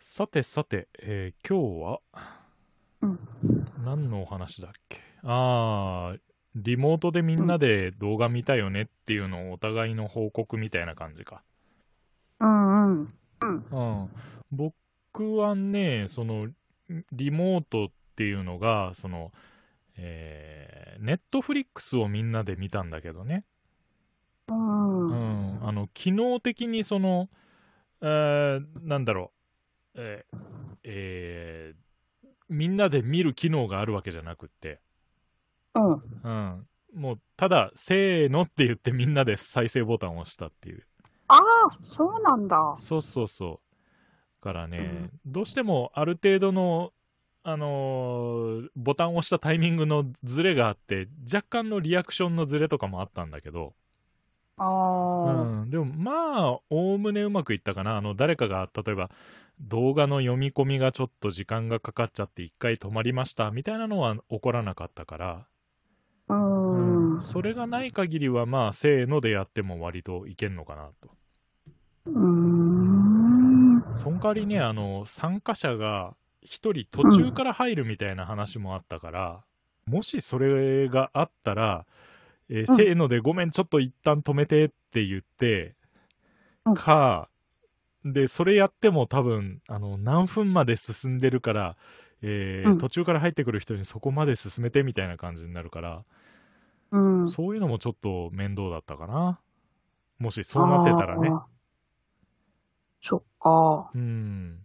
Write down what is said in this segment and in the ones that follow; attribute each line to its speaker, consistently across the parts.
Speaker 1: さてさて、えー今日は、
Speaker 2: うん
Speaker 1: 何のお話だっけあー、リモートでみんなで動画見たよねっていうのをお互いの報告みたいな感じか。
Speaker 2: うんうん。
Speaker 1: うん、僕はねそのリモートっていうのがそのえネットフリックスをみんなで見たんだけどね、
Speaker 2: う。
Speaker 1: うんん、あの機能的にその、えーなんだろう、えーえーみんなで見る機能があるわけじゃなくって、
Speaker 2: うん。
Speaker 1: うん、もうただ「せーの」って言ってみんなで再生ボタンを押したっていう
Speaker 2: ああ、そうなんだ。
Speaker 1: そうそうそう。からね、
Speaker 2: うん
Speaker 1: どうしてもある程度の、あのーボタンを押したタイミングのズレがあって、若干のリアクションのズレとかもあったんだけど、
Speaker 2: あ
Speaker 1: う
Speaker 2: あ。
Speaker 1: ん、でもまあ、おおむねうまくいったかな。あの、誰かが、例えば、動画の読み込みがちょっと時間がかかっちゃって一回止まりました、みたいなのは起こらなかったから、
Speaker 2: うん。うん。
Speaker 1: それがない限りはまあ、せーのでやっても割といけんのかなと。
Speaker 2: うん。
Speaker 1: その代わりね、あの、参加者が一人途中から入るみたいな話もあったから、もしそれがあったら、えー
Speaker 2: うん
Speaker 1: せーのでごめん、ちょっと一旦止めてって言って
Speaker 2: うん、
Speaker 1: か、で、それやっても多分、あの、何分まで進んでるから、えー
Speaker 2: うん
Speaker 1: 途中から入ってくる人にそこまで進めてみたいな感じになるから、
Speaker 2: うん。
Speaker 1: そういうのもちょっと面倒だったかな。もしそうなってたらね
Speaker 2: あ。ー。そっか。
Speaker 1: うん。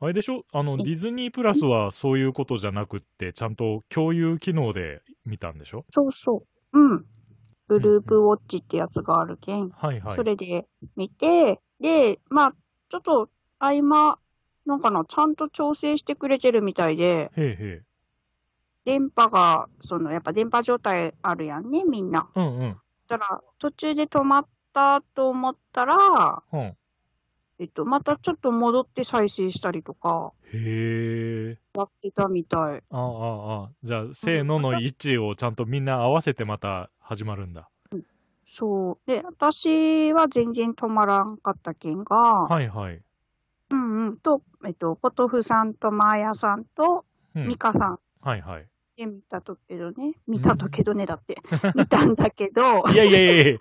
Speaker 1: あれでしょあの、
Speaker 2: え
Speaker 1: ディズニープラスはそういうことじゃなくって、ちゃんと共有機能で見たんでしょ
Speaker 2: そうそう。うん。グループウォッチってやつがあるけん。
Speaker 1: はいはい
Speaker 2: そ。れで見て、で、まあ、ちょっと合間、なんかな、ちゃんと調整してくれてるみたいで、
Speaker 1: へえへえ。
Speaker 2: 電波が、その、やっぱ電波状態あるやんね、みんな。
Speaker 1: うんうん。
Speaker 2: たら、途中で止まったと思ったら、
Speaker 1: うん、へ
Speaker 2: えっと、またちょっと戻って再生したりとか、
Speaker 1: え。
Speaker 2: やってたみたい。
Speaker 1: ああああ。じゃあ、せーのの位置をちゃんとみんな合わせてまた始まるんだ。
Speaker 2: そう。で、私は全然止まらんかったけんが、
Speaker 1: はいはい。
Speaker 2: うんうん、と、えっと、ポトフさんとマーヤさんと、
Speaker 1: うん
Speaker 2: ミカさん
Speaker 1: はいはい。
Speaker 2: で見たとけどね、見たとけどね、だ って、見たんだけど、
Speaker 1: いやいやいやいや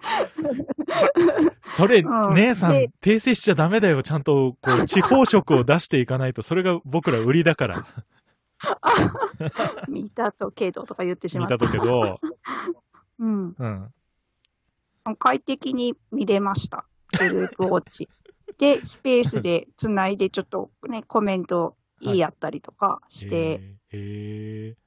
Speaker 1: それ、
Speaker 2: うん
Speaker 1: 姉さん
Speaker 2: で、
Speaker 1: 訂正しちゃダメだよ。ちゃんと、こう、地方色を出していかないと、それが僕ら売りだから。
Speaker 2: 見たとけどとか言って しま
Speaker 1: 見
Speaker 2: った。
Speaker 1: たとけど、
Speaker 2: うん。
Speaker 1: うん。
Speaker 2: 快適に見れました。グループウォ ッチ。で、スペースでつないで、ちょっとね、コメント言い合ったりとかして、
Speaker 1: へえ。へえ。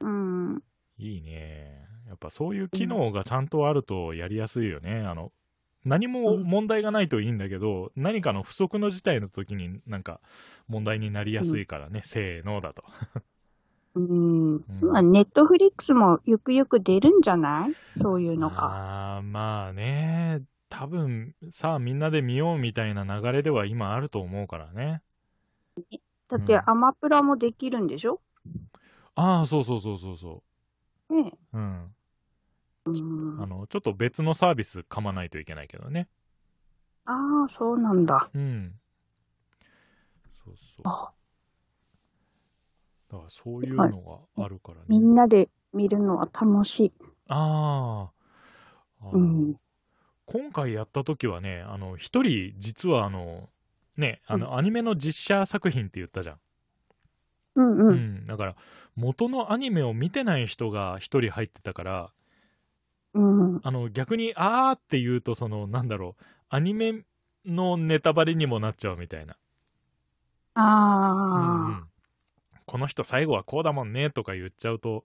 Speaker 2: うん。
Speaker 1: いいね。やっぱそういう機能がちゃんとあるとやりやすいよね。あの、何も問題がないといいんだけど、何かの不測の事態の時になんか問題になりやすいからね、せーのだと。
Speaker 2: うん、まあ、ネットフリックスもゆくゆく出るんじゃないそういうのが。
Speaker 1: あーまあね、多分、さあみんなで見ようみたいな流れでは今あると思うからね。
Speaker 2: だっ
Speaker 1: う
Speaker 2: て、
Speaker 1: ん
Speaker 2: アマプラもできるんでしょ
Speaker 1: ああ、そうそうそうそうそ
Speaker 2: ねえ
Speaker 1: う。うん。
Speaker 2: うん、
Speaker 1: あ
Speaker 2: あ
Speaker 1: の、ちょっと別のサービス噛まないといけないけどね。
Speaker 2: あー、そうなんだ。
Speaker 1: うん。そうそう。
Speaker 2: あ
Speaker 1: だからそういうのがあるからね。
Speaker 2: みんなで見るのは楽しい。
Speaker 1: あーあー、
Speaker 2: うん。
Speaker 1: 今回やった時はね、あの、一人、実はあの、ね、あの、アニメの実写作品って言ったじゃん。
Speaker 2: うん
Speaker 1: う。
Speaker 2: うんん。
Speaker 1: だから、元のアニメを見てない人が一人入ってたから、
Speaker 2: うん。
Speaker 1: あの、逆に、あーって言うと、その、なんだろう、アニメのネタバレにもなっちゃうみたいな。うんう
Speaker 2: ああ、
Speaker 1: んこの人最後はこうだもんね、とか言っちゃうと、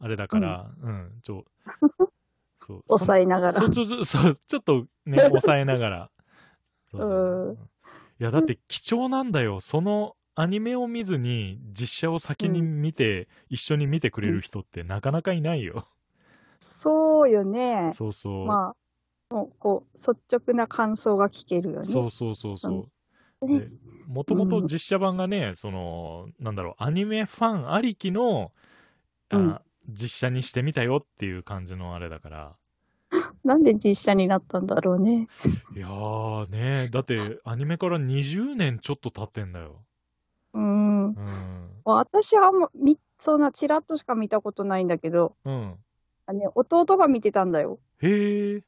Speaker 1: あれだから、うん、ち ょ、そう。
Speaker 2: 抑えながら。
Speaker 1: そうそうそうそう、ちょっと ね、抑えながら。そうそう
Speaker 2: うん
Speaker 1: いや、だって貴重なんだよ。そのアニメを見ずに実写を先に見て、一緒に見てくれる人ってなかなかいないよ。
Speaker 2: そうよね。
Speaker 1: そうそう。
Speaker 2: まあ、もうこう、率直な感想が聞けるよね。
Speaker 1: そうそうそうそう。
Speaker 2: ね
Speaker 1: でもともと実写版がね、その、なんだろう、アニメファンありきの、あ
Speaker 2: うん
Speaker 1: 実写にしてみたよっていう感じのあれだから。
Speaker 2: なんで実写になったんだろうね。
Speaker 1: いやーね、だってアニメから20年ちょっと経ってんだよ。
Speaker 2: うん。
Speaker 1: うん。
Speaker 2: 私はあんま、み、そんなチラッとしか見たことないんだけど、
Speaker 1: うん。
Speaker 2: あね、弟が見てたんだよ。
Speaker 1: へえ。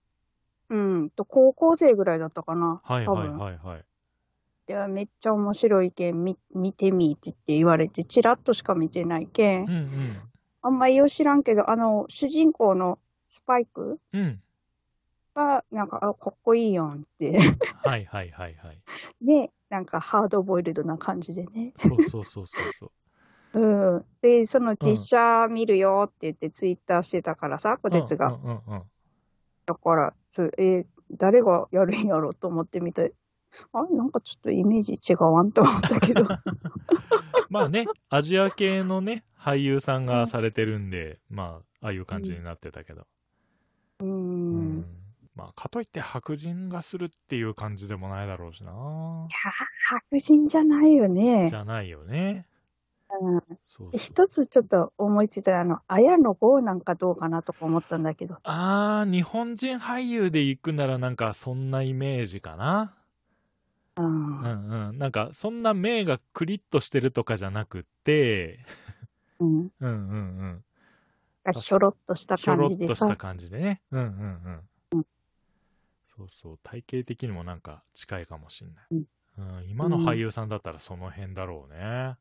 Speaker 2: うん。と、高校生ぐらいだったかな。
Speaker 1: はい
Speaker 2: 多
Speaker 1: はい
Speaker 2: 分。
Speaker 1: はいはい。
Speaker 2: ではめっちゃ面白いけん、み、見てみって言われて、チラッとしか見てないけ
Speaker 1: うん
Speaker 2: ん。
Speaker 1: うん。
Speaker 2: あんまよう知らんけど、あの、主人公のスパイク
Speaker 1: うん。
Speaker 2: が、なんか、あ、かっこいいやんって。
Speaker 1: はいはいはいはい。
Speaker 2: ね、なんかハードボイルドな感じでね。
Speaker 1: そうそうそうそうそう。
Speaker 2: うん。で、その実写見るよって言ってツイッターしてたから さ、小鉄
Speaker 1: う
Speaker 2: が。
Speaker 1: んうんうんうん。
Speaker 2: だから、そうえー誰がやるんやろうと思ってみて、あれなんかちょっとイメージ違わんと思った けど。
Speaker 1: まあね、アジア系のね、俳優さんがされてるんで、まあ、ああいう感じになってたけど。
Speaker 2: う。
Speaker 1: うんまあ、かといって白人がするっていう感じでもないだろうしな。
Speaker 2: いや、白人じゃないよね
Speaker 1: じ。ゃないよね。
Speaker 2: うん
Speaker 1: そうそう
Speaker 2: 一つちょっと思いついたら、あの、綾野剛なんかどうかなとか思ったんだけど。
Speaker 1: あー、日本人俳優で行くならなんかそんなイメージかな。
Speaker 2: う。
Speaker 1: うん
Speaker 2: うん
Speaker 1: うん。なんかそんな目がクリッとしてるとかじゃなくって、
Speaker 2: ん。
Speaker 1: うんうんうん。
Speaker 2: ひょろっとした
Speaker 1: ひょろ
Speaker 2: 感
Speaker 1: っ
Speaker 2: じで
Speaker 1: とし
Speaker 2: さ。
Speaker 1: た感じでね。うんうんうん。そうそう。体型的にもなんか近いかもしんない。うん、今の俳優さんだったらその辺だろうね。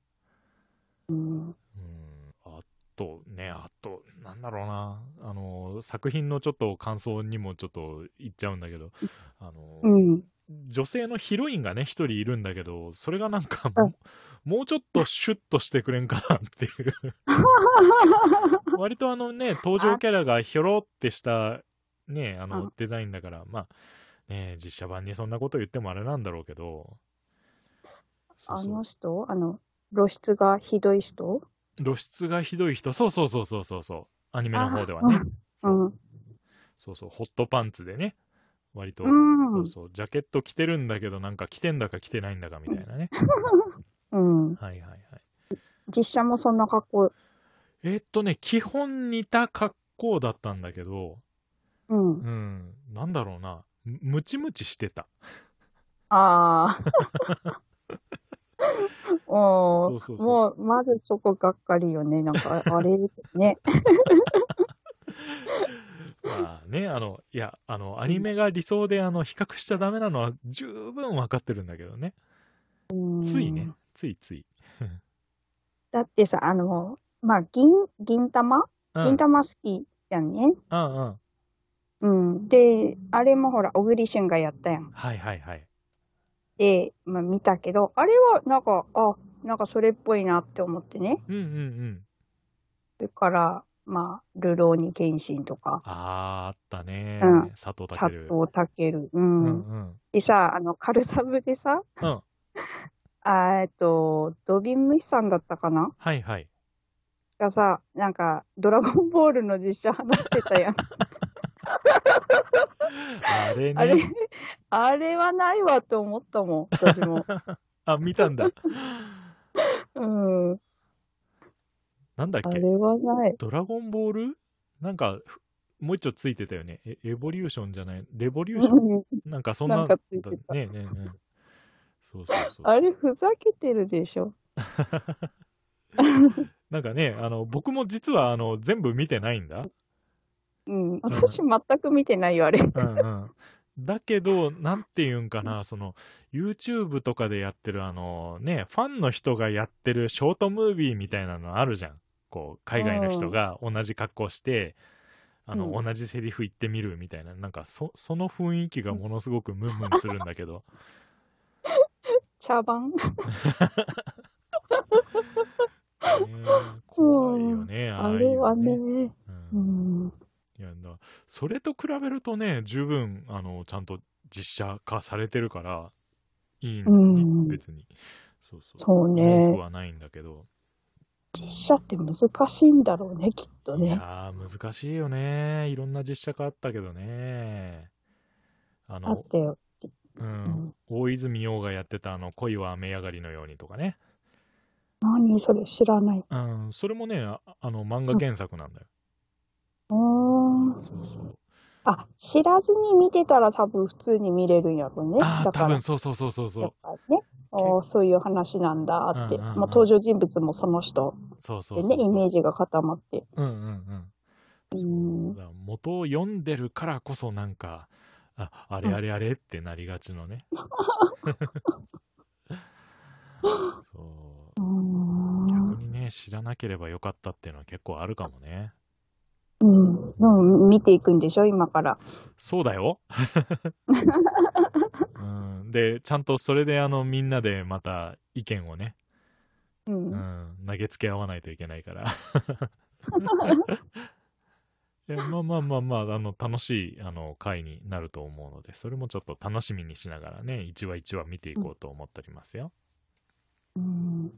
Speaker 2: うん。
Speaker 1: うん。あとね、あと、なんだろうな。あの、作品のちょっと感想にもちょっと言っちゃうんだけど、あの、
Speaker 2: うん。
Speaker 1: 女性のヒロインがね、一人いるんだけど、それがなんかもう、もうちょっとシュッとしてくれんかなって いう。割とあのね、登場キャラがひょろってした、ね、あ
Speaker 2: う
Speaker 1: の
Speaker 2: ん
Speaker 1: デザインだから、まあ、ね、実写版にそんなこと言ってもあれなんだろうけど、そう
Speaker 2: あ
Speaker 1: そう
Speaker 2: の人あの、露出がひどい人
Speaker 1: 露出がひどい人、そうそうそうそうそうそう、アニメの方では
Speaker 2: あ
Speaker 1: ね、
Speaker 2: う。
Speaker 1: そうんそうそう、ホットパンツでね、割と、
Speaker 2: うん
Speaker 1: そうそう、ジャケット着てるんだけど、なんか着てんだか着てないんだかみたいなね。
Speaker 2: うん。
Speaker 1: はいはいはい。
Speaker 2: 実写もそんな格好。
Speaker 1: えーっとね、基本似た格好だったんだけど、
Speaker 2: うん
Speaker 1: う。ん、なんだろうな、むムチムチしてた。
Speaker 2: ああ。
Speaker 1: そ
Speaker 2: お
Speaker 1: うそう
Speaker 2: ー
Speaker 1: そう。
Speaker 2: もう、まずそこがっかりよね。なんか、あれね。
Speaker 1: まあね、あの、いや、あの、アニメが理想で、あの、比較しちゃダメなのは十分わかってるんだけどね。
Speaker 2: うん
Speaker 1: ついね。、ついつい。
Speaker 2: だってさ、あの、まあ、銀、銀玉
Speaker 1: うん、
Speaker 2: 銀玉好きやんね。
Speaker 1: うんうん。
Speaker 2: うん。で、あれもほら、小栗旬がやったやん。
Speaker 1: はいはいはい。
Speaker 2: で、まあ、見たけど、あれは、なんか、あ、なんかそれっぽいなって思ってね。
Speaker 1: うんうんうん。
Speaker 2: それから、まあ、ルローニケンシンとか、
Speaker 1: あー、あったね。
Speaker 2: うん
Speaker 1: 佐藤
Speaker 2: 佐
Speaker 1: 健。
Speaker 2: 藤健、う。
Speaker 1: うんん
Speaker 2: でさ、あの、カルサブでさ、
Speaker 1: うん。うん。
Speaker 2: あえっと、ドビンムシさんだったかな
Speaker 1: はいはい。
Speaker 2: がさ、なんか、ドラゴンボールの実写話してた やん。
Speaker 1: あれね。
Speaker 2: あれ、あれはないわと思ったもん、私も。
Speaker 1: あ、見たんだ。
Speaker 2: うん。
Speaker 1: なんだっ
Speaker 2: あ
Speaker 1: け
Speaker 2: れはない。
Speaker 1: ドラゴンボールなんか、ふもう一丁ついてたよね。えエボリューションじゃない、レボリューション
Speaker 2: うん
Speaker 1: なんかそんな、
Speaker 2: なんかついてた
Speaker 1: ねえねえ ねえ。そうそうそう。
Speaker 2: あれ、ふざけてるでしょ。
Speaker 1: なんかね、あの、僕も実は、あの、全部見てないんだ。
Speaker 2: うん。私、全く見てないよ、あれ。
Speaker 1: うんうん。だけど、なんていうんかな、その、YouTube とかでやってる、あの、ね、ファンの人がやってるショートムービーみたいなのあるじゃん。こう、海外の人が同じ格好して、あの、
Speaker 2: う
Speaker 1: 同じセリフ言ってみるみたいな、なんか、そ、その雰囲気がものすごくムンムンするんだけど、
Speaker 2: 茶番。
Speaker 1: ねえ怖いよね、ああ
Speaker 2: あ
Speaker 1: いう
Speaker 2: れはね。
Speaker 1: うん
Speaker 2: うん。
Speaker 1: いやなそれと比べるとね十分あのちゃんと実写化されてるからいいのに、
Speaker 2: うん
Speaker 1: 別にそうそう
Speaker 2: そう
Speaker 1: 文句
Speaker 2: ね。
Speaker 1: はないんだけど、
Speaker 2: 実写って難しいんだろうね、きっと
Speaker 1: い
Speaker 2: ね。
Speaker 1: やー難しいよねいろんな実写化あったけどねあ
Speaker 2: あ
Speaker 1: の
Speaker 2: っ、たよ。
Speaker 1: うん
Speaker 2: うん
Speaker 1: 大泉洋がやってたあの恋は雨上がりのようにとかね、
Speaker 2: 何それ知らない。
Speaker 1: うん、それもねああの漫画原作なんだよ、
Speaker 2: うーん。
Speaker 1: そうそう
Speaker 2: あ、知らずに見てたら多分普通に見れるんやろうね。
Speaker 1: ああ、多
Speaker 2: だから
Speaker 1: 分、そうそうそうそうそ
Speaker 2: や
Speaker 1: う
Speaker 2: っ。ぱね、おーそういう話なんだって、
Speaker 1: うんうんうん
Speaker 2: もう登場人物もその人
Speaker 1: そうそ
Speaker 2: でね
Speaker 1: うそうそう。
Speaker 2: イメージが固まって。
Speaker 1: うんうん
Speaker 2: う
Speaker 1: うんん。だから元を読んでるからこそなんか、あ、あれあれあれってなりがちの ね。そう。逆にね、知らなければよかったっていうのは結構あるかもね。
Speaker 2: うん、でも見ていくんでしょ、今から。
Speaker 1: そうだ よ。うん、で、ちゃんとそれであのみんなでまた意見をね、
Speaker 2: うん。
Speaker 1: うん、投げつけ合わないといけない から。いやまあまあまあまあ、あの、楽しい、あの、回になると思うので、それもちょっと楽しみにしながらね、一話一話見ていこうと思っておりますよ。
Speaker 2: うん
Speaker 1: うん。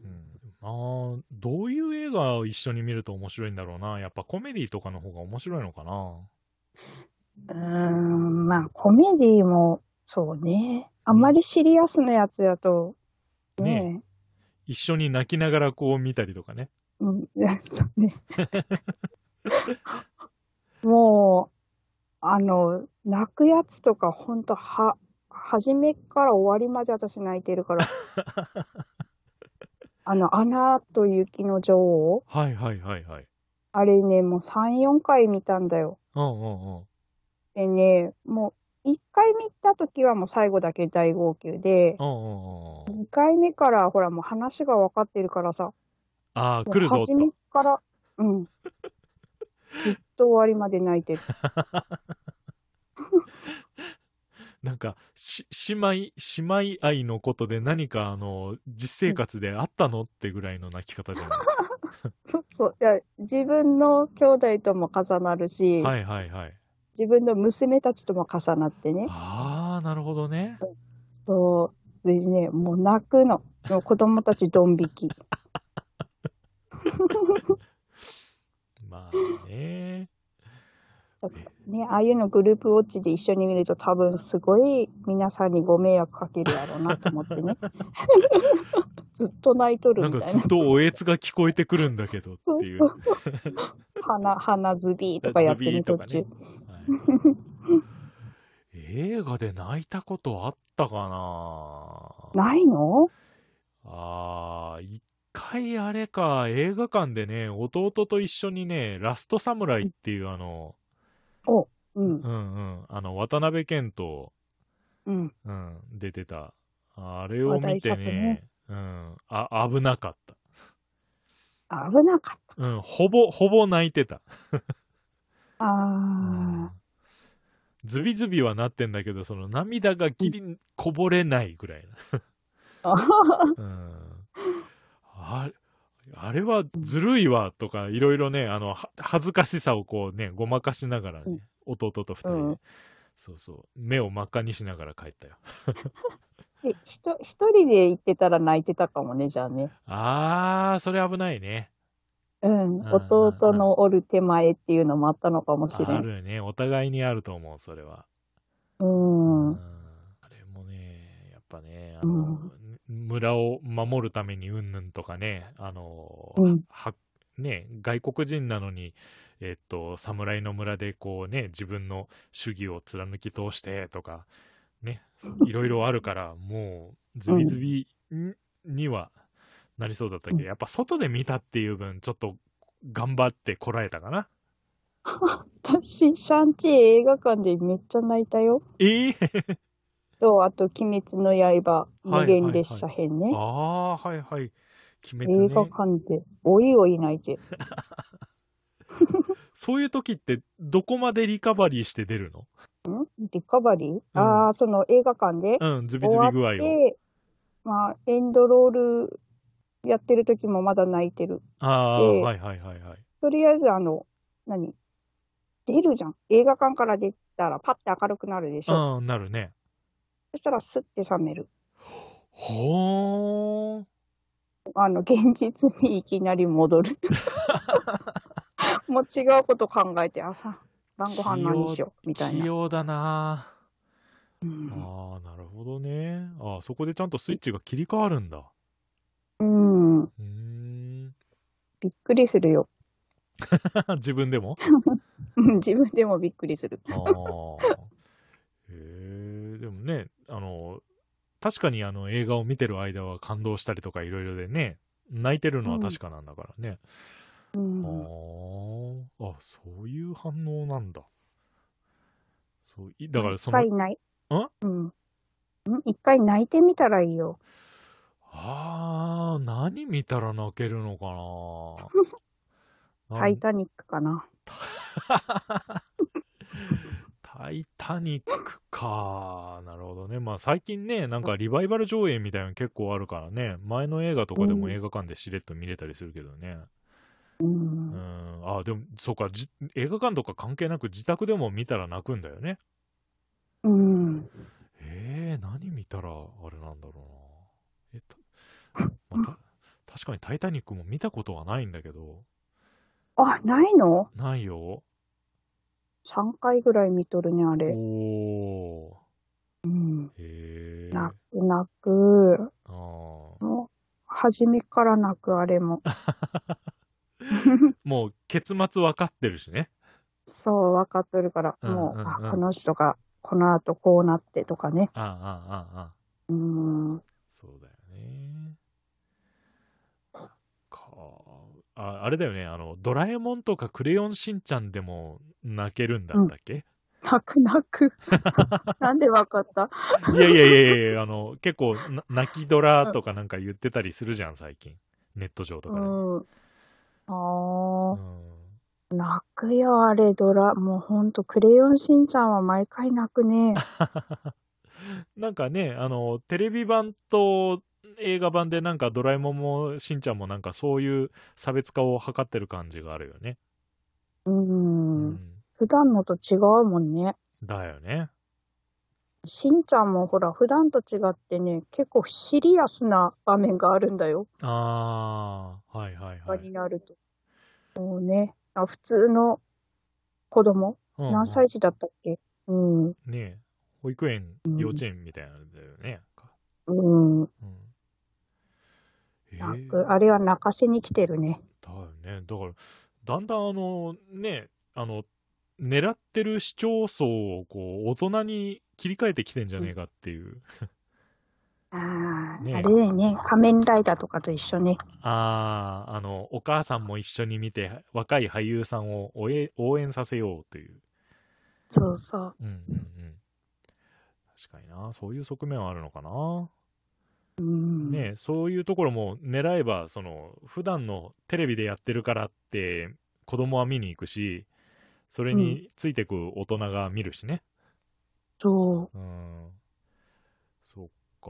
Speaker 1: ああ、どういう映画を一緒に見ると面白いんだろうな。やっぱコメディとかの方が面白いのかな。
Speaker 2: うーん、まあ、コメディも、そうね。あんまりシリアスなやつだと、ね
Speaker 1: ね一緒に泣きながらこう見たりとかね。
Speaker 2: うん、そうね。もう、あの、泣くやつとか、ほんと、は、初めから終わりまで私泣いて るから。あの、アナと雪の女王、
Speaker 1: はいはいはいはい。
Speaker 2: あれね、もう3、4回見たんだよ。
Speaker 1: うんうんうん。
Speaker 2: でね、もう、1回見た時はもう最後だけ大号泣で、
Speaker 1: うんうんうんうん。
Speaker 2: 2回目からほらもう話が分かってるからさ、
Speaker 1: ああ、
Speaker 2: もう
Speaker 1: 来るぞ
Speaker 2: 初め
Speaker 1: と。
Speaker 2: か ら、うん。ずっと終わりまで泣いてる。
Speaker 1: なんか、し、姉妹、姉妹愛のことで何か、あの、実生活であったのってぐらいの泣き方じゃないです
Speaker 2: そうそう。いや自分の兄弟とも重なるし、
Speaker 1: か。はいはいはい。
Speaker 2: 自分の娘たちとも重なってね。
Speaker 1: ああ、なるほどね。
Speaker 2: そう。でね、もう泣くの。もう子供たちドン引き。
Speaker 1: まあね。
Speaker 2: ね、ああいうのグループウォッチで一緒に見ると多分すごい皆さんにご迷惑かけるやろうなと思っ てね。ずっと泣いと
Speaker 1: な
Speaker 2: る
Speaker 1: ん
Speaker 2: み
Speaker 1: か
Speaker 2: たい
Speaker 1: ずっ
Speaker 2: な。
Speaker 1: とおえつが聞こえてくるんだけどっていう。はい
Speaker 2: 鼻、鼻ズビーとかやって
Speaker 1: ズビー
Speaker 2: る
Speaker 1: と
Speaker 2: 途
Speaker 1: かね
Speaker 2: 中。
Speaker 1: 映画で泣いたことあったかな
Speaker 2: ないの
Speaker 1: ああ、一回あれか、映画館でね、弟と一緒にね、ラストサムライっていうあの、
Speaker 2: うん
Speaker 1: う。んうん、あの、渡辺謙と、
Speaker 2: うん。
Speaker 1: うん、出てた。あれを見て
Speaker 2: 話題作
Speaker 1: ね、
Speaker 2: ね
Speaker 1: うん、あ、危なかっ
Speaker 2: 危なかった。
Speaker 1: た。うん、ほぼ、ほぼ泣いてた。
Speaker 2: ああ。
Speaker 1: ズビズビはなってんだけど、その涙がギリこぼれないぐらい
Speaker 2: あは
Speaker 1: な。うん。あれ、あれはずるいわとか、いろいろね、あの、は恥ずかしさをこうね、ごまかしながらね、
Speaker 2: うん
Speaker 1: 弟と二人で、
Speaker 2: うん
Speaker 1: そうそう、目を真っ赤にしながら帰ったよ。
Speaker 2: え、ひと、一人で行ってたら泣いてたかもね、じゃあね。
Speaker 1: あー、それ危ないね。
Speaker 2: うん。
Speaker 1: ん
Speaker 2: 弟のおる手前っていうのもあったのかもしれ
Speaker 1: あ
Speaker 2: ん。
Speaker 1: るね。お互いにあると思う、それは。
Speaker 2: うん。
Speaker 1: うん
Speaker 2: う
Speaker 1: あれもね、やっぱね、あの、
Speaker 2: うん
Speaker 1: 村を守るためにうんぬんとかね、あの、
Speaker 2: うん
Speaker 1: はね、外国人なのに、えっと、侍の村でこうね、自分の主義を貫き通してとか、ね、いろいろあるから、もう、ズビズビににはなりそうだったけど、
Speaker 2: うん
Speaker 1: やっぱ外で見たっていう分、ちょっと頑張ってこらえたかな。
Speaker 2: 私、シャンチー映画館でめっちゃ泣いたよ。
Speaker 1: ええ
Speaker 2: と、あと、鬼滅の刃、
Speaker 1: はい
Speaker 2: 無限列車編ね。
Speaker 1: ああー、はいはい。鬼滅ね
Speaker 2: 映画。館で、おいおい泣いて。
Speaker 1: そういう時って、どこまでリカバリーして出るの
Speaker 2: リカバリー、ああ、その映画館で
Speaker 1: うん、ズビズ
Speaker 2: 終わ
Speaker 1: ビ
Speaker 2: っ
Speaker 1: 具合を。
Speaker 2: て、まあ、エンドロールやってる時もまだ泣いてる。
Speaker 1: ああー、
Speaker 2: で
Speaker 1: はいはいはいはい。
Speaker 2: とりあえず、あの、何出るじゃん。映画館から出たら、パッて明るくなるでしょ。
Speaker 1: うん、なるね。
Speaker 2: そしたら、スッて冷める。
Speaker 1: ほーん。
Speaker 2: あの、現実にいきなり戻る。もう違うこと考えて、朝、晩ご飯何しよう、みたい
Speaker 1: 器
Speaker 2: な。
Speaker 1: 用だな
Speaker 2: う
Speaker 1: あ
Speaker 2: ん
Speaker 1: あー、なるほどね。ああ、そこでちゃんとスイッチが切り替わるんだ。
Speaker 2: うん。
Speaker 1: うーん。
Speaker 2: びっくりするよ。
Speaker 1: 自分でも
Speaker 2: うん自分でもびっくりする。
Speaker 1: ああ。へえ、でもね、あの、確かにあの映画を見てる間は感動したりとかいろいろでね、泣いてるのは確かなんだからね。
Speaker 2: うん、
Speaker 1: ああ。あ、そういう反応なんだ。そういだからそ
Speaker 2: 一
Speaker 1: の、
Speaker 2: 回ない。
Speaker 1: ん
Speaker 2: うん。ん一回泣いてみたらいいよ。
Speaker 1: ああ、何見たら泣けるのか な
Speaker 2: タイタニックかな。
Speaker 1: タイタニックか。なるほどね。まあ最近ね、なんかリバイバル上映みたいなの結構あるからね、前の映画とかでも映画館でしれっと見れたりするけどね。
Speaker 2: う。
Speaker 1: うんん。あ、でも、そうか、じ映画館とか関係なく自宅でも見たら泣くんだよね。
Speaker 2: うん。
Speaker 1: えー、何見たらあれなんだろうな。えた まあた確かにタイタニックも見たことはないんだけど、
Speaker 2: あ、ないの
Speaker 1: ないよ。
Speaker 2: ?3 回ぐらい見とるね、あれ。
Speaker 1: おー。
Speaker 2: うん。
Speaker 1: へえ。
Speaker 2: 泣く泣く。
Speaker 1: あー
Speaker 2: もう、初めから泣く、あれも。
Speaker 1: もう結末わかってるしね。
Speaker 2: そう、分かっとるから、
Speaker 1: うん
Speaker 2: もう、
Speaker 1: うんうん
Speaker 2: あ、この人が、この後こうなってとかね。
Speaker 1: ああ、ああ、ああ。
Speaker 2: うん。
Speaker 1: そうだよね。かあ、あれだよね。あの、ドラえもんとかクレヨンしんちゃんでも泣けるんだったっけ、
Speaker 2: 泣く泣 く。なんで分かった
Speaker 1: いやいやいやいやいや、あの、結構な、泣きドラとかなんか言ってたりするじゃん、最近。ネット上とか
Speaker 2: う
Speaker 1: で。うん
Speaker 2: ん。ああ、泣くよ、あれ、ドラ。もうほんと、クレヨンしんちゃんは毎回泣くね。
Speaker 1: なんかね、あの、テレビ版と映画版でなんかドラえもんもしんちゃんもなんかそういう差別化を図ってる感じがあるよね。
Speaker 2: うん。
Speaker 1: うん
Speaker 2: 普段のと違うもんね。
Speaker 1: だよね。
Speaker 2: しんちゃんもほら、普段と違ってね、結構シリアスな場面があるんだよ。
Speaker 1: ああ、はいはい
Speaker 2: 場
Speaker 1: はい。
Speaker 2: になると。もうね、あ普通の子供、
Speaker 1: うん
Speaker 2: 何歳児だったっけうん。
Speaker 1: ねえ保育園、
Speaker 2: ん
Speaker 1: 幼稚園みたいなんだよね。
Speaker 2: うん。
Speaker 1: うん。え
Speaker 2: 泣
Speaker 1: ー
Speaker 2: く。あれは泣かせに来てるね。
Speaker 1: だよね。だから、だんだんあの、ね、あの、狙ってる市町村をこう、大人に切り替えてきてんじゃねえかっていう。
Speaker 2: ああ、
Speaker 1: ねえ
Speaker 2: あれだよね。仮面ライダーとかと一緒ね。
Speaker 1: ああ、あの、お母さんも一緒に見て、若い俳優さんを応援応援させようという。
Speaker 2: そうそう。
Speaker 1: うんうんうん。確かにな。そういう側面はあるのかな。
Speaker 2: うん。
Speaker 1: ねえ、そういうところも狙えば、その、普段のテレビでやってるからって、子供は見に行くし、それについてく大人が見るしね。
Speaker 2: そう。
Speaker 1: うん。そっか。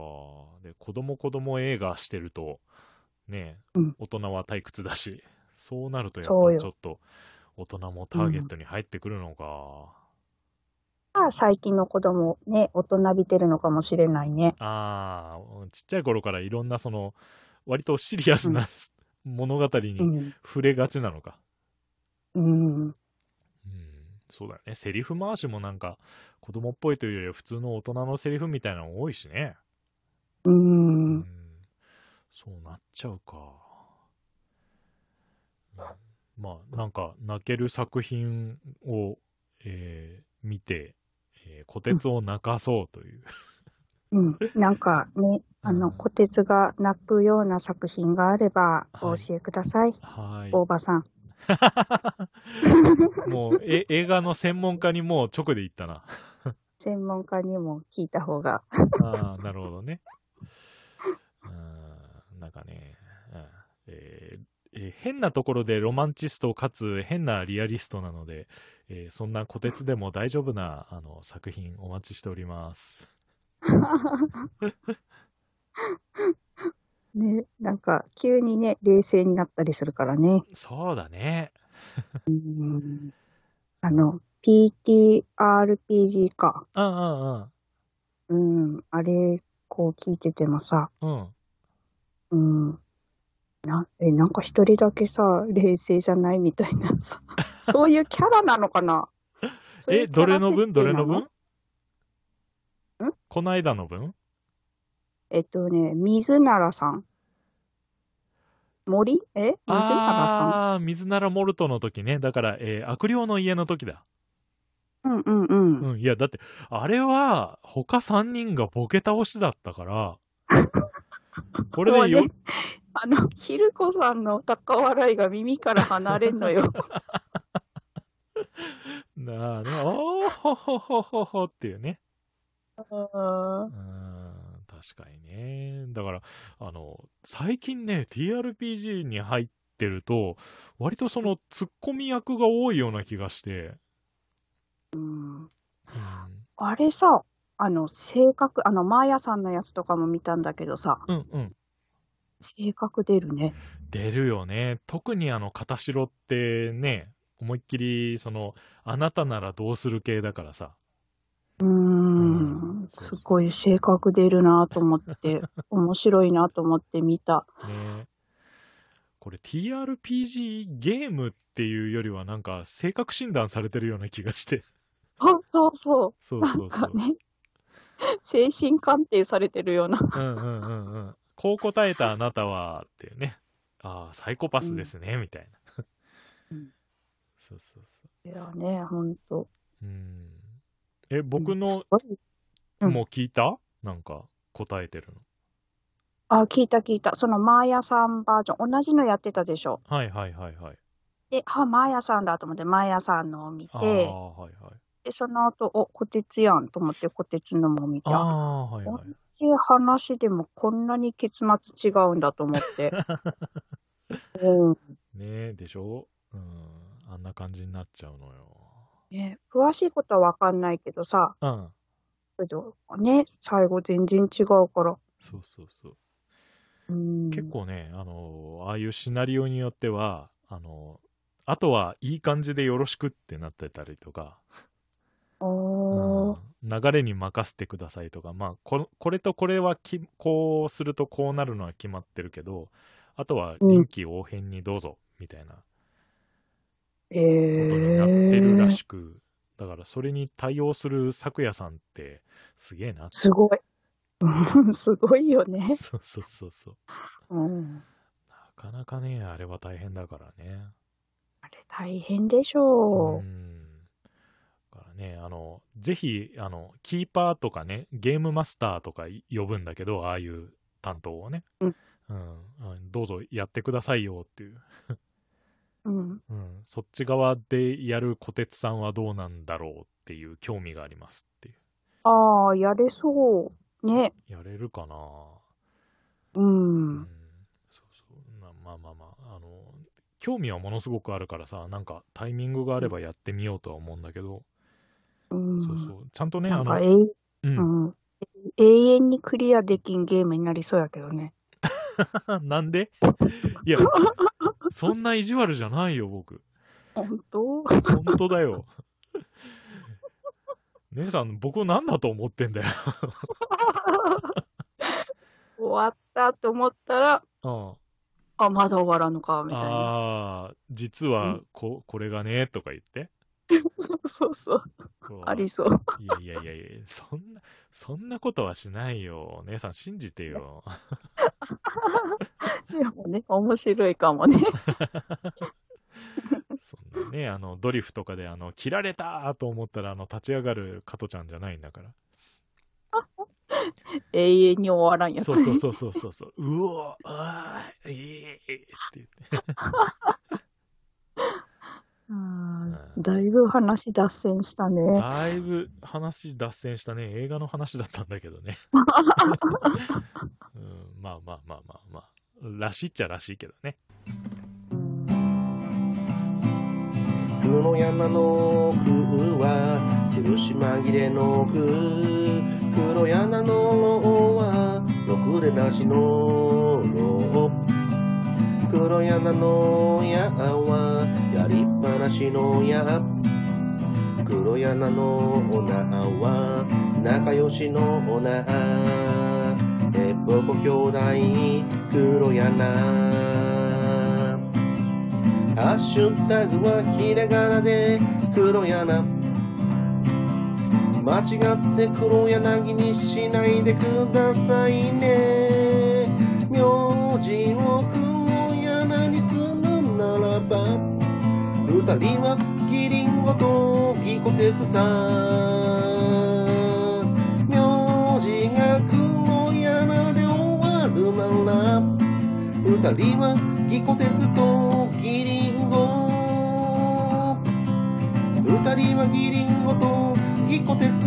Speaker 1: で、子供子供映画してると、ねえ、
Speaker 2: うん
Speaker 1: 大人は退屈だし、そうなるとやっ
Speaker 2: そう
Speaker 1: ぱ
Speaker 2: よ
Speaker 1: ちょっと、大人もターゲットに入ってくるのか。
Speaker 2: まあ、最近の子供ね、大人びてるのかもしれないね。
Speaker 1: ああ、ちっちゃい頃からいろんなその、割とシリアスな、物語
Speaker 2: う
Speaker 1: に
Speaker 2: ん。
Speaker 1: 触れがちなのか。
Speaker 2: うん。
Speaker 1: うんそうだよね。セリフ回しもなんか、子供っぽいというよりは普通の大人のセリフみたいなの多いしね。
Speaker 2: う。
Speaker 1: うんそうなっちゃうか。うんまあ、なんか、泣ける作品を、えー見て、えー、小鉄を泣かそうという。
Speaker 2: うん、なんかね、あ
Speaker 1: うん
Speaker 2: の、虎鉄が泣くような作品があれば、お
Speaker 1: はい
Speaker 2: 教えください、
Speaker 1: は
Speaker 2: 大場さん。
Speaker 1: い。 もう、え、映画の専門家にもう直で言ったな。
Speaker 2: 専門家にも聞いた方が。
Speaker 1: ああ、なるほどね。うん、なんかね、うんえーえー変なところでロマンチストかつ変なリアリストなので、えーそんな小鉄でも大丈夫なあの作品お待ちしております。
Speaker 2: ね、なんか、急にね、冷静になったりするからね。
Speaker 1: そうだね。
Speaker 2: うん、あの、PTRPG か。
Speaker 1: うんうん
Speaker 2: うん、あれ、こう聞いててもさ、
Speaker 1: うん。うん。
Speaker 2: うん。な、え、なんか一人だけさ、冷静じゃないみたいな さ。そういうキャラなのかなそうい
Speaker 1: え、
Speaker 2: うキャ
Speaker 1: どれ
Speaker 2: ラ
Speaker 1: の分どれ
Speaker 2: 設定な
Speaker 1: の分この間の分
Speaker 2: えっとね、水ならさん。森え水原さ
Speaker 1: ああー、水ならモルトの時ね。だから、えー悪霊の家の時だ。
Speaker 2: ん。うんうんうん。
Speaker 1: うん、いや、だって、あれは、他3人がボケ倒しだった から、これでよ、
Speaker 2: もうねあの、ひるこさんの高笑いが耳から離れんのよ。
Speaker 1: なあ、ね、おーほほほほほっていうね。
Speaker 2: うん
Speaker 1: うーん、確かにね。だから、あの、最近ね、TRPG に入ってると、割とその、ツッコミ役が多いような気がして、
Speaker 2: うん
Speaker 1: うん
Speaker 2: あれさ、あの、性格、あの、マーヤさんのやつとかも見たんだけどさ、
Speaker 1: うん、うん。
Speaker 2: 性格出るね。
Speaker 1: 出るよね。特にあの、片白ってね、思いっきり、その、あなたならどうする系だからさ。
Speaker 2: うー
Speaker 1: うん
Speaker 2: ん、すごい性格出るなと 思って、面白いなと思って見た。
Speaker 1: ねこれ TRPG ゲームっていうよりはなんか性格診断されてるような気が して。
Speaker 2: あ、そうそ
Speaker 1: そうそうそう
Speaker 2: う。。ね。 精神鑑定されてるような。
Speaker 1: うんうんうんうん。こう答えたあなたは、っていうね。ああ、サイコパスですね、みたいな。
Speaker 2: うん
Speaker 1: そうそうそ
Speaker 2: いやね、ほんと。
Speaker 1: う。うん。え、僕の
Speaker 2: すごいうん
Speaker 1: もう聞いたなんか答えてるの。
Speaker 2: あ、聞いた聞いた。そのマーヤさんバージョン、同じのやってたでしょ。
Speaker 1: はいはいはいはい。
Speaker 2: で、あ、マーヤさんだと思って、マーヤさんのを見
Speaker 1: あ
Speaker 2: て、
Speaker 1: あ、はいはい。
Speaker 2: で、その後、お、こてつやんと思って、こてつのも見
Speaker 1: あ
Speaker 2: た。
Speaker 1: あ、はいはい。
Speaker 2: 同じ話でもこんなに結末違うんだと 思って。うん。
Speaker 1: ねえ、でしょうん。あんな感じになっちゃうのよ。
Speaker 2: ね、詳しいことはわかんないけどさ、
Speaker 1: うん。
Speaker 2: けど、ね、最後全然違うから。
Speaker 1: そうそうそう。
Speaker 2: うん。
Speaker 1: 結。構ね、あのーああいうシナリオによっては、あのーあとはいい感じでよろしくってなってたりとか、
Speaker 2: おー。
Speaker 1: うん流れに任せてくださいとか、まあ、ここれとこれはきこうするとこうなるのは決まってるけど、あとは臨機応変にどうぞ、みたいなこ
Speaker 2: え
Speaker 1: とになってるら
Speaker 2: ー。。
Speaker 1: しく、だからそれに対応する昨夜さんってすげえな
Speaker 2: すごい。うんすごいよね。
Speaker 1: そうそうそうそう。
Speaker 2: うん。
Speaker 1: なかなかね、あれは大変だからね。
Speaker 2: あれ大変でし
Speaker 1: う
Speaker 2: ょう。
Speaker 1: んだからね、あの、ぜひ、あの、キーパーとかね、ゲームマスターとかい呼ぶんだけど、ああいう担当をね。
Speaker 2: うん
Speaker 1: うん。うんどうぞやってくださいよっていう。
Speaker 2: うん。
Speaker 1: うん。そっち側でやる小鉄さんはどうなんだろうっていう興味がありますっていう。
Speaker 2: ああ、やれそう。ね。
Speaker 1: やれるかな
Speaker 2: う。。
Speaker 1: うんそうそう。なまあまあまあ、あの、興味はものすごくあるからさ、なんかタイミングがあればやってみようとは思うんだけど、
Speaker 2: うん。
Speaker 1: そうそう。ちゃんとね、
Speaker 2: な
Speaker 1: あ
Speaker 2: んか
Speaker 1: の、
Speaker 2: 永遠、
Speaker 1: うん
Speaker 2: う。ん、永遠にクリアできんゲームになりそうやけどね。
Speaker 1: なんでいや、そんな意地悪じゃないよ、僕。
Speaker 2: 本当
Speaker 1: 本当だよ。 姉さん、僕を何だと思ってんだよ。
Speaker 2: 終わったと思ったら、
Speaker 1: うん、
Speaker 2: あ、まだ終わらぬか、みたいな。
Speaker 1: ああ、実はこ、これがね、とか言って。
Speaker 2: そうそうそう。
Speaker 1: こう
Speaker 2: ありそう。
Speaker 1: いやいやいやいや、そんな、そんなことはしないよ。姉さん、信じてよ。
Speaker 2: でもね、面白いかもね。
Speaker 1: そんなね、あの、ドリフとかで、あの、切られたと思ったら、あの、立ち上がる加トちゃんじゃないんだから。
Speaker 2: 永遠に終わらんやつ。
Speaker 1: そうそうそうそうそうそう。うおー、あー、ええー、って言って。
Speaker 2: うんだいぶ話脱線したね。
Speaker 1: だいぶ話脱線したね。映画の話だったんだけどね。うん、まあまあまあまあまあ。らしいっちゃらしいけどね。
Speaker 3: 雲の山の奥は苦し紛れの奥黒柳の王はろくれなしの王黒柳の矢はやりっぱなしの矢黒柳の女は仲良しの女えっぽこ兄弟黒柳ハッシュタグはひらがなで黒柳間違って黒柳にしないでくださいね名字を黒柳ば二人はキリンゴとギコテツさ名字が雲やなで終わるなら二人はギコテツとギリンゴ二人はギリンゴとギコテツ